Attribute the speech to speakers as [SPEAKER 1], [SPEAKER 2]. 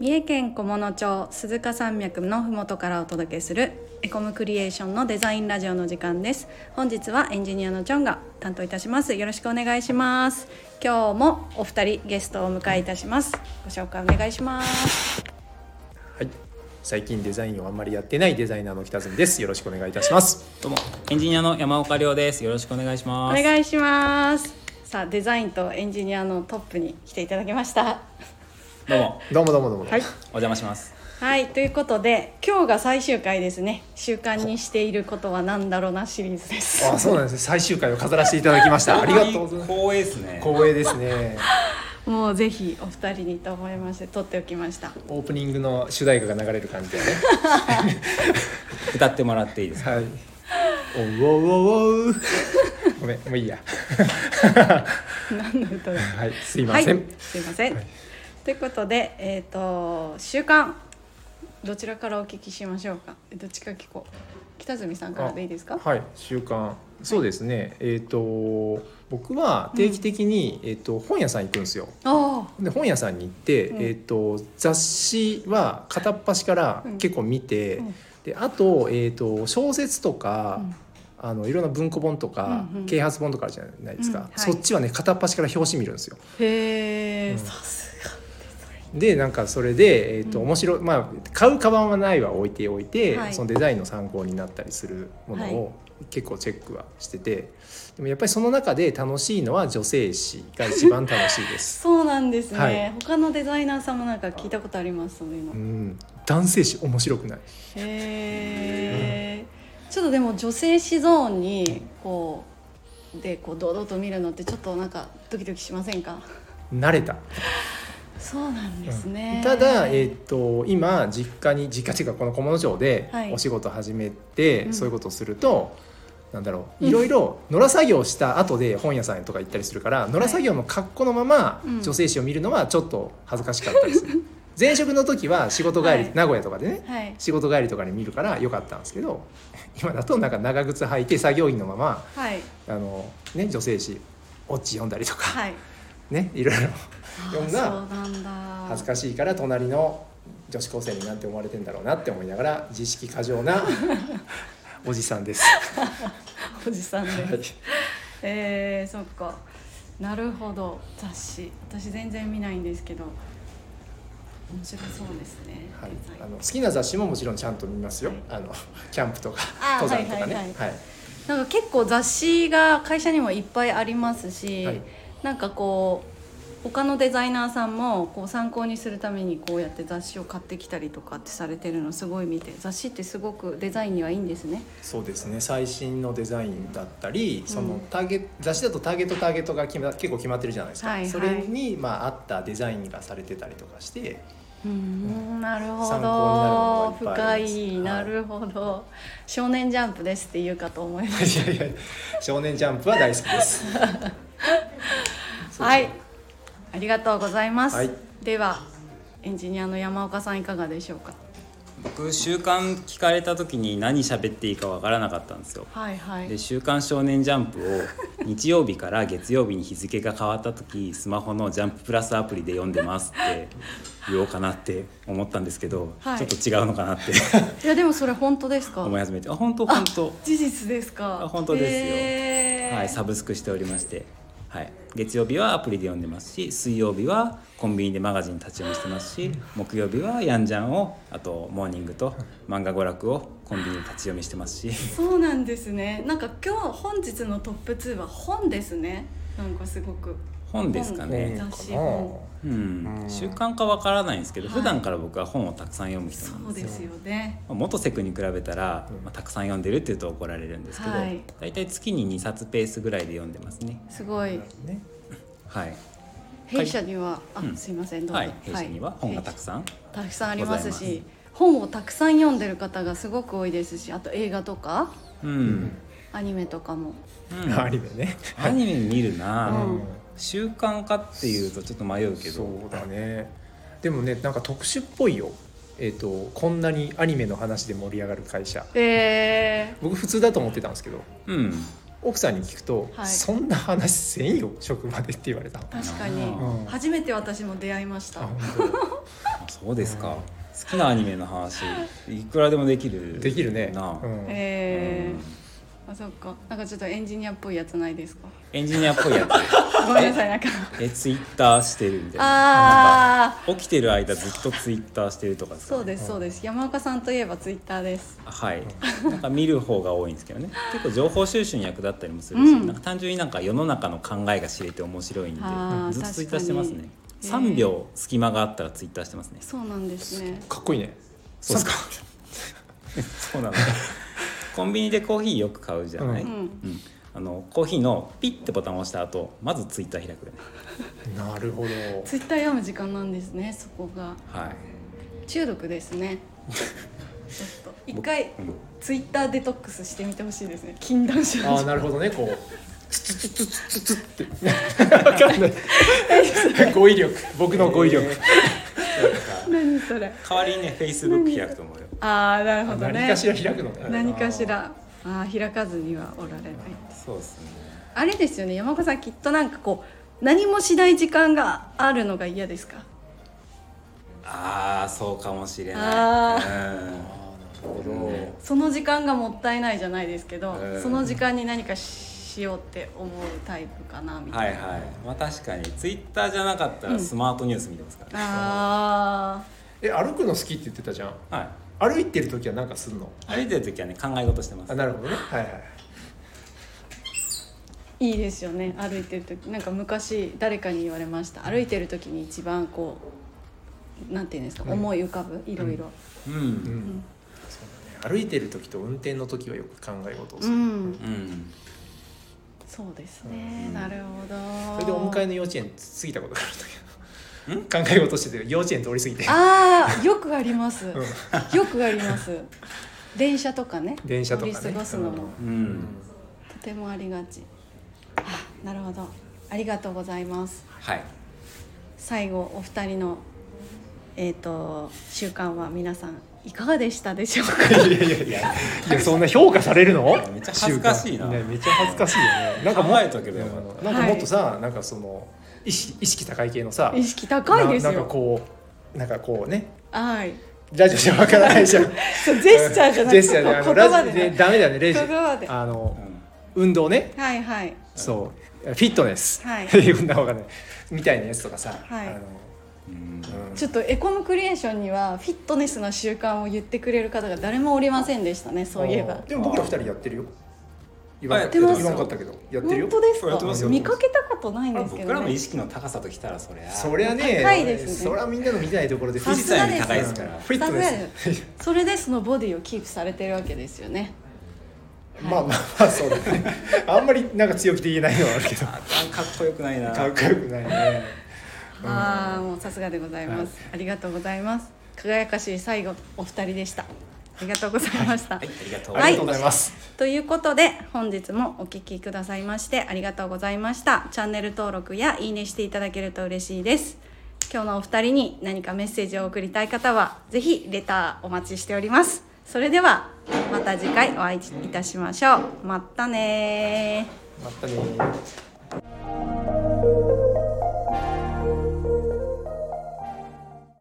[SPEAKER 1] 三重県菰野町鈴鹿山脈のふもとからお届けするエコムクリエーションのデザインラジオの時間です本日はエンジニアのチョンが担当いたしますよろしくお願いします今日もお二人ゲストをお迎えいたしますご紹介お願いします
[SPEAKER 2] はい、最近デザインをあんまりやってないデザイナーの北角です。よろしくお願いいたします。
[SPEAKER 3] どうもエンジニアの山岡亮ですよろしくお願いし
[SPEAKER 1] お
[SPEAKER 3] ます
[SPEAKER 1] 願いしますさあデザインとエンジニアのトップに来ていただきました
[SPEAKER 3] どうも
[SPEAKER 2] どうもどうもどうも。
[SPEAKER 1] はい
[SPEAKER 3] お邪魔します
[SPEAKER 1] はいということで今日が最終回ですね習慣にしていることは何だろうなシリーズです
[SPEAKER 2] あ、そうなんですね。最終回を飾らせていただきました。ありがとうございます。
[SPEAKER 3] 光栄ですね
[SPEAKER 2] 光栄ですね。
[SPEAKER 1] もうぜひお二人にと思いまして撮っておきました
[SPEAKER 2] オープニングの主題歌が流れる感じでね。
[SPEAKER 3] 歌ってもらっていいですか
[SPEAKER 2] はい。おうおうおうおう。ごめん、もういいや。
[SPEAKER 1] 何の歌だ
[SPEAKER 2] はい、すいま
[SPEAKER 1] は
[SPEAKER 2] せん。
[SPEAKER 1] すいません、ということでえっ、と習慣どちらからお聞きしましょうかどっちから聞こう北角さんからでいいですか
[SPEAKER 2] あはい習慣そうですねえっ、と僕は定期的に、えっ、と本屋さん行くんですよ
[SPEAKER 1] あ
[SPEAKER 2] で本屋さんに行って、
[SPEAKER 1] うん
[SPEAKER 2] えー、と雑誌は片っ端から結構見て、
[SPEAKER 1] うんうん
[SPEAKER 2] であと,、えー、と小説と
[SPEAKER 1] あ、
[SPEAKER 2] か、
[SPEAKER 1] うん
[SPEAKER 2] あのいろんな文庫本とか、
[SPEAKER 1] うんうん
[SPEAKER 2] 啓発本とかあるじゃないですか、
[SPEAKER 1] うんはい
[SPEAKER 2] そっちはね片っ端から表紙見るんですよ。
[SPEAKER 1] へえ、
[SPEAKER 2] うん
[SPEAKER 1] さすが
[SPEAKER 2] でなんかそれで、えーと
[SPEAKER 1] うん
[SPEAKER 2] 面白いまあ買うカバンはないは置いておいて、
[SPEAKER 1] はい
[SPEAKER 2] そのデザインの参考になったりするもの
[SPEAKER 1] は
[SPEAKER 2] を結構チェックはしててでもやっぱりその中で楽しいのは女性誌が一番楽しい です。
[SPEAKER 1] そうなんですね、
[SPEAKER 2] はい
[SPEAKER 1] 他のデザイナーさんもなんか聞いたことありますそういうの、
[SPEAKER 2] う
[SPEAKER 1] へ
[SPEAKER 2] ん、男性誌面白くない
[SPEAKER 1] えちょっとでも女性子ゾーンにこうでこう堂々と見るのってちょっとなんかドキドキしませんか
[SPEAKER 2] 慣れた
[SPEAKER 1] そうなんですね、
[SPEAKER 2] ただ、えー、と今実家に実家っていうかこの菰野町で
[SPEAKER 1] はい
[SPEAKER 2] お仕事始めて、
[SPEAKER 1] うん
[SPEAKER 2] そういうことをすると、なんだろう
[SPEAKER 1] うん
[SPEAKER 2] いろいろ野良作業した後で本屋さんとか行ったりするから野良作業の格好のまま
[SPEAKER 1] うん
[SPEAKER 2] 女性誌を見るのはちょっと恥ずかしかったり する前職の時は仕事帰り、
[SPEAKER 1] はい
[SPEAKER 2] 名古屋とかでね
[SPEAKER 1] はい
[SPEAKER 2] 仕事帰りとかに見るから良かったんですけど今だとなんか長靴履いて作業着のまま
[SPEAKER 1] はい
[SPEAKER 2] あの、ね、女性誌「オッチ」読んだりとか、
[SPEAKER 1] はい
[SPEAKER 2] ねいろいろ読んだ
[SPEAKER 1] あそうなんだ
[SPEAKER 2] 恥ずかしいから隣の女子高生になんて思われてんだろうなって思いながら自意識過 剰なおじさんです。
[SPEAKER 1] おじさんで、
[SPEAKER 2] はい
[SPEAKER 1] えー、そっかなるほど雑誌私全然見ないんですけど面白そうですね、
[SPEAKER 2] はい
[SPEAKER 1] デザイン
[SPEAKER 2] あの好きな雑誌ももちろんちゃんと見ますよ。あのキャンプとか
[SPEAKER 1] あー
[SPEAKER 2] 登山とかね。
[SPEAKER 1] は
[SPEAKER 2] はいい
[SPEAKER 1] はなんか結構雑誌が会社にもいっぱいありますし、
[SPEAKER 2] はい
[SPEAKER 1] なんかこう他のデザイナーさんもこう参考にするためにこうやって雑誌を買ってきたりとかってされてるのすごい見て雑誌ってすごくデザインにはいいんですね。
[SPEAKER 2] そうですね。最新のデザインだったり、そうの
[SPEAKER 1] ん
[SPEAKER 2] ターゲ雑誌だとターゲットターゲットが決ま結構決まってるじゃないですか。
[SPEAKER 1] はいはい
[SPEAKER 2] それにまあ合ったデザインがされてたりとかして、
[SPEAKER 1] うーんなるほ
[SPEAKER 2] 参考
[SPEAKER 1] ど
[SPEAKER 2] になるもの
[SPEAKER 1] 深
[SPEAKER 2] がいっぱいあります
[SPEAKER 1] いなるほど、少年ジャンプですって言うかと思います
[SPEAKER 2] いやいや少年ジャンプは大好きです。
[SPEAKER 1] はいありがとうございます、
[SPEAKER 2] はい
[SPEAKER 1] ではエンジニアの山岡さんいかがでしょうか
[SPEAKER 3] 僕習慣聞かれた時に何喋っていいかわからなかったんですよ
[SPEAKER 1] はいはい
[SPEAKER 3] で「週刊少年ジャンプ」を日曜日から月曜日に日付が変わった時スマホの「ジャンププラス」アプリで読んでますって言おうかなって思ったんですけど、
[SPEAKER 1] はい
[SPEAKER 3] ちょっと違うのかなって
[SPEAKER 1] いやでもそれ本当ですか
[SPEAKER 3] 思い始めてあ本当本当
[SPEAKER 1] 事実ですか
[SPEAKER 3] あ本当ですよ
[SPEAKER 1] へー
[SPEAKER 3] はい、サブスクしておりまして、はい、月曜日はアプリで読んでますし水曜日はコンビニでマガジン立ち読みしてますし木曜日はヤンジャンをあとモーニングと漫画娯楽をコンビニで立ち読みしてます し
[SPEAKER 1] そうなんですねなんか今日本日のトップ2は本ですねなんかすごく
[SPEAKER 3] 本ですかね
[SPEAKER 1] 雑誌
[SPEAKER 2] かな
[SPEAKER 3] うん
[SPEAKER 2] うん
[SPEAKER 3] 習慣かわからないんですけど
[SPEAKER 1] はい
[SPEAKER 3] 普段から僕は本をたくさん読む人
[SPEAKER 1] そ
[SPEAKER 3] なん
[SPEAKER 1] う
[SPEAKER 3] ですよ。
[SPEAKER 1] ですよね
[SPEAKER 3] まあ元セクに比べたら
[SPEAKER 2] うん、
[SPEAKER 3] まあたくさん読んでるっていうと怒られるんですけど、
[SPEAKER 1] はい
[SPEAKER 3] 大体月に2冊ペースぐらいで読んでますね。
[SPEAKER 1] すごい
[SPEAKER 2] ね。
[SPEAKER 3] はい、
[SPEAKER 1] 弊社には、あ、
[SPEAKER 3] うん
[SPEAKER 1] すいませんどうぞ、
[SPEAKER 3] はい、弊社には本がたくさん
[SPEAKER 1] たくさんあります
[SPEAKER 3] ござい
[SPEAKER 1] し本をたくさん読んでる方がすごく多いですしあと映画とか
[SPEAKER 3] うん、
[SPEAKER 1] アニメとかも
[SPEAKER 3] うん、
[SPEAKER 2] アニメね。
[SPEAKER 3] アニメ見るな、
[SPEAKER 1] うん
[SPEAKER 3] 習慣化っていうとちょっと迷うけ
[SPEAKER 2] そ
[SPEAKER 3] ど
[SPEAKER 2] うだねでもねなんか特殊っぽいよえっ、とこんなにアニメの話で盛り上がる会社
[SPEAKER 1] え
[SPEAKER 2] 僕普通だと思ってたんですけど
[SPEAKER 3] うん
[SPEAKER 2] 奥さんに聞くと、
[SPEAKER 1] はい
[SPEAKER 2] そんな話せんよ職場でって言われた
[SPEAKER 1] ー、確か
[SPEAKER 3] う
[SPEAKER 1] に
[SPEAKER 2] ん
[SPEAKER 1] 初めて私も出会いました
[SPEAKER 2] あ本
[SPEAKER 3] そそうですか、好きなアニメの話いくらでもできる
[SPEAKER 2] できるね
[SPEAKER 3] な、
[SPEAKER 2] うん
[SPEAKER 1] えーあそっかなんかちょっとエンジニアっぽいやつないですか
[SPEAKER 3] エンジニアっぽいや
[SPEAKER 1] ごめんなさいなんか
[SPEAKER 3] つえツイッターしてるみたい
[SPEAKER 1] あ
[SPEAKER 3] な
[SPEAKER 1] あ
[SPEAKER 3] 起きてる間ずっとツイッターしてるとかですか
[SPEAKER 1] そうですそうです山岡さんといえばツイッターです
[SPEAKER 3] はい、なんか見る方が多いんで すけどね結構情報収集に役立ったりもするし、
[SPEAKER 1] うん
[SPEAKER 3] なんか単純になんか世の中の考えが知れて面白いんで
[SPEAKER 1] あー
[SPEAKER 3] ずっとツイッターしてますね
[SPEAKER 1] 確かに
[SPEAKER 3] 3秒隙間があったらツイッターしてますね
[SPEAKER 1] そうなんですね
[SPEAKER 2] かっこいいね
[SPEAKER 3] そうですかそうなの コンビニでコーヒーよく買うじゃない、
[SPEAKER 2] う
[SPEAKER 3] う
[SPEAKER 1] うんん
[SPEAKER 3] あのコーヒーのピッてボタンを押した後まずツイッター開くよね
[SPEAKER 2] なるほど
[SPEAKER 1] ツイッター読む時間なんですねそこが
[SPEAKER 3] はい
[SPEAKER 1] 中毒ですねちょっと一回
[SPEAKER 3] 僕うん
[SPEAKER 1] ツイッターデトックスしてみてほしいですね禁断症
[SPEAKER 2] ああ
[SPEAKER 1] 状
[SPEAKER 2] なるほどねこうツツツツツツツってわかんない 語彙力僕の語彙力、
[SPEAKER 3] えー
[SPEAKER 1] 何それ
[SPEAKER 3] 代わりにねフェイスブック開くと思うよ
[SPEAKER 1] ああなるほどね
[SPEAKER 2] 何かしら開くのね
[SPEAKER 1] 何かしらあー開かずにはおられない
[SPEAKER 3] そうですね
[SPEAKER 1] あれですよね山岡さんきっとなんかこう何もしない時間があるのが嫌ですか
[SPEAKER 3] ああそうかもしれない
[SPEAKER 1] あ
[SPEAKER 2] な
[SPEAKER 3] うん
[SPEAKER 2] るほど、
[SPEAKER 3] ね
[SPEAKER 1] その時間がもったいないじゃないですけど、
[SPEAKER 3] うん
[SPEAKER 1] その時間に何かしようって思うタイプかなみた
[SPEAKER 3] はいいはいまあ確かにツイッターじゃなかった
[SPEAKER 1] う
[SPEAKER 3] ら
[SPEAKER 1] ん
[SPEAKER 3] スマートニュース見てますか
[SPEAKER 1] な、
[SPEAKER 3] ら、
[SPEAKER 1] あ
[SPEAKER 2] え歩くの好きって言ってたじゃん
[SPEAKER 3] はい
[SPEAKER 2] 歩いてる時は何かすんの
[SPEAKER 3] 歩いてる時はね考え事してます
[SPEAKER 2] あなるほどねはいはい
[SPEAKER 1] ーいいですよね歩いてる時なんか昔誰かに言われました歩いてる時に一番こうなんていうんですか、
[SPEAKER 2] うん
[SPEAKER 1] 思い浮かぶいろいろ
[SPEAKER 3] うん、
[SPEAKER 2] うん、そうだね歩いてる時と運転の時はよく考え事をす
[SPEAKER 1] う
[SPEAKER 2] る、
[SPEAKER 1] ん、
[SPEAKER 3] うん
[SPEAKER 1] そうですね、
[SPEAKER 3] うん
[SPEAKER 1] なるほど
[SPEAKER 2] それでお迎えの幼稚園過ぎたことがあるんだけど考え事してて幼稚園通り過ぎて
[SPEAKER 1] ああよくあります、よくあります電車とかね
[SPEAKER 2] 電車とかね
[SPEAKER 1] 乗り過ごすのも
[SPEAKER 3] う、
[SPEAKER 2] うん
[SPEAKER 1] とてもありがちあなるほどありがとうございます
[SPEAKER 3] はい
[SPEAKER 1] 最後お二人のえっ、と習慣は皆さんいかがでしたでしょうか
[SPEAKER 2] いやいやいやいやそんな評価されるの
[SPEAKER 3] めっちゃ恥ずかしいな
[SPEAKER 2] 習慣ねめっちゃ恥ずかしいよねなんかも
[SPEAKER 3] 考えとけばよかっ
[SPEAKER 2] うんなんかもっとさ、なんかその意識意識高い系のさ
[SPEAKER 1] 意識高いです
[SPEAKER 2] ななん
[SPEAKER 1] よ
[SPEAKER 2] かこうなんかこうね
[SPEAKER 1] はい
[SPEAKER 2] ラジオじゃわからないじゃん
[SPEAKER 1] そうジェスチャーじゃなくて
[SPEAKER 2] ジェスチャーであの
[SPEAKER 1] 言
[SPEAKER 2] ラジ
[SPEAKER 1] 葉
[SPEAKER 2] オ
[SPEAKER 1] で
[SPEAKER 2] で
[SPEAKER 1] ね
[SPEAKER 2] ダメだよねレジ
[SPEAKER 1] 言葉で
[SPEAKER 2] あの
[SPEAKER 3] た、うん
[SPEAKER 2] 運動ね
[SPEAKER 1] はいはい
[SPEAKER 2] そうフィットネス、
[SPEAKER 1] はい
[SPEAKER 2] い、んな方がねみたいなやつとかさ、
[SPEAKER 1] はい
[SPEAKER 2] あの
[SPEAKER 3] うん
[SPEAKER 2] うん
[SPEAKER 1] ちょっとエコムクリエーションにはフィットネスの習慣を言ってくれる方が誰もおりませんでしたねそういえば
[SPEAKER 2] でも僕ら二人やってるよ言
[SPEAKER 3] あ
[SPEAKER 2] わ
[SPEAKER 3] や
[SPEAKER 2] な
[SPEAKER 3] っ
[SPEAKER 2] か
[SPEAKER 3] て
[SPEAKER 2] 言
[SPEAKER 3] ます
[SPEAKER 2] わなかったけどやってるよ
[SPEAKER 1] 本当です
[SPEAKER 3] やってます
[SPEAKER 1] か
[SPEAKER 2] よ
[SPEAKER 1] 見かけたことないん
[SPEAKER 3] まあ
[SPEAKER 1] ですけ
[SPEAKER 3] 僕
[SPEAKER 1] ど
[SPEAKER 3] らの
[SPEAKER 1] ね
[SPEAKER 3] 意識の高さときたらそりゃ
[SPEAKER 2] そりゃね
[SPEAKER 1] 高いですね
[SPEAKER 2] そりゃみんなの見てないところで
[SPEAKER 1] さ
[SPEAKER 3] 富士
[SPEAKER 1] すが
[SPEAKER 3] 山
[SPEAKER 1] で
[SPEAKER 3] よ
[SPEAKER 1] す
[SPEAKER 3] り高いですから
[SPEAKER 2] フィットネス
[SPEAKER 1] さすがそれでそのボディをキープされてるわけですよね
[SPEAKER 2] まあまあまあそうだねあんまりなんか強気で言えないのはあるけど
[SPEAKER 3] あかっこよくないな
[SPEAKER 2] かっこよくないね うん
[SPEAKER 1] ああもうさすがでございます、ありがとうございます輝かしい最後お二人でしたありがとうございました、
[SPEAKER 3] はいありがとうご
[SPEAKER 2] あ
[SPEAKER 3] ざ
[SPEAKER 2] り
[SPEAKER 3] い
[SPEAKER 2] がとうご
[SPEAKER 3] ま
[SPEAKER 2] ざい
[SPEAKER 3] す、
[SPEAKER 2] ます、
[SPEAKER 1] ということで本日もお聞きくださいましてありがとうございましたチャンネル登録やいいねしていただけると嬉しいです今日のお二人に何かメッセージを送りたい方はぜひレターお待ちしておりますそれではまた次回お会いいたしましょうまたねー
[SPEAKER 2] またね